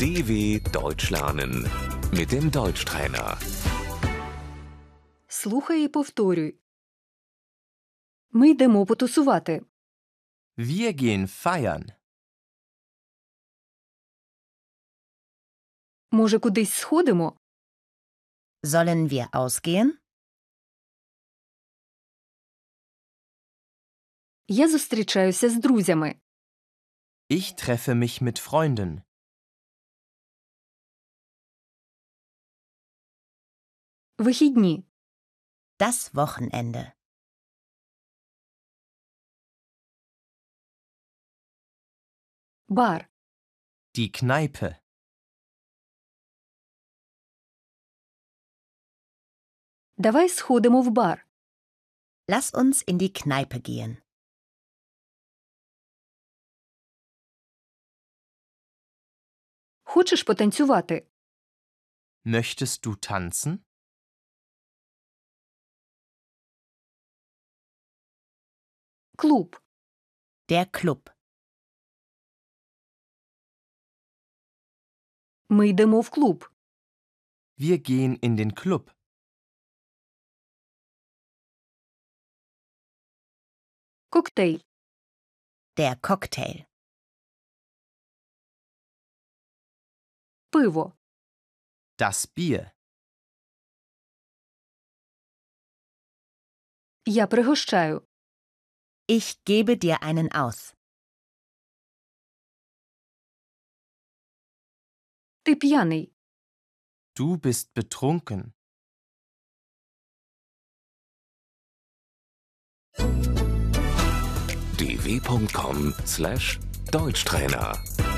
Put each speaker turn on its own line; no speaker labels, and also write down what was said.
DW Deutsch lernen mit dem Deutschtrainer.
Слухай і повторюй. Ми йдемо потусувати.
Wir gehen feiern.
Може, кудись сходимо?
Sollen wir ausgehen?
Я зустрічаюся з друзями.
Ich treffe mich mit Freunden.
Вихідні.
Das Wochenende.
Бар.
Die Kneipe.
Давай сходимо в бар.
Lass uns in die Kneipe gehen.
Хочеш потанцювати?
Möchtest du tanzen?
Клуб.
Der Club.
Ми йдемо в клуб.
Wir gehen in den Club.
Коктейль.
Der Cocktail.
Пиво.
Das Bier.
Я пригощаю.
Ich gebe dir einen aus.
Ти п'яний.
Du bist betrunken.
dw.com/deutschtrainer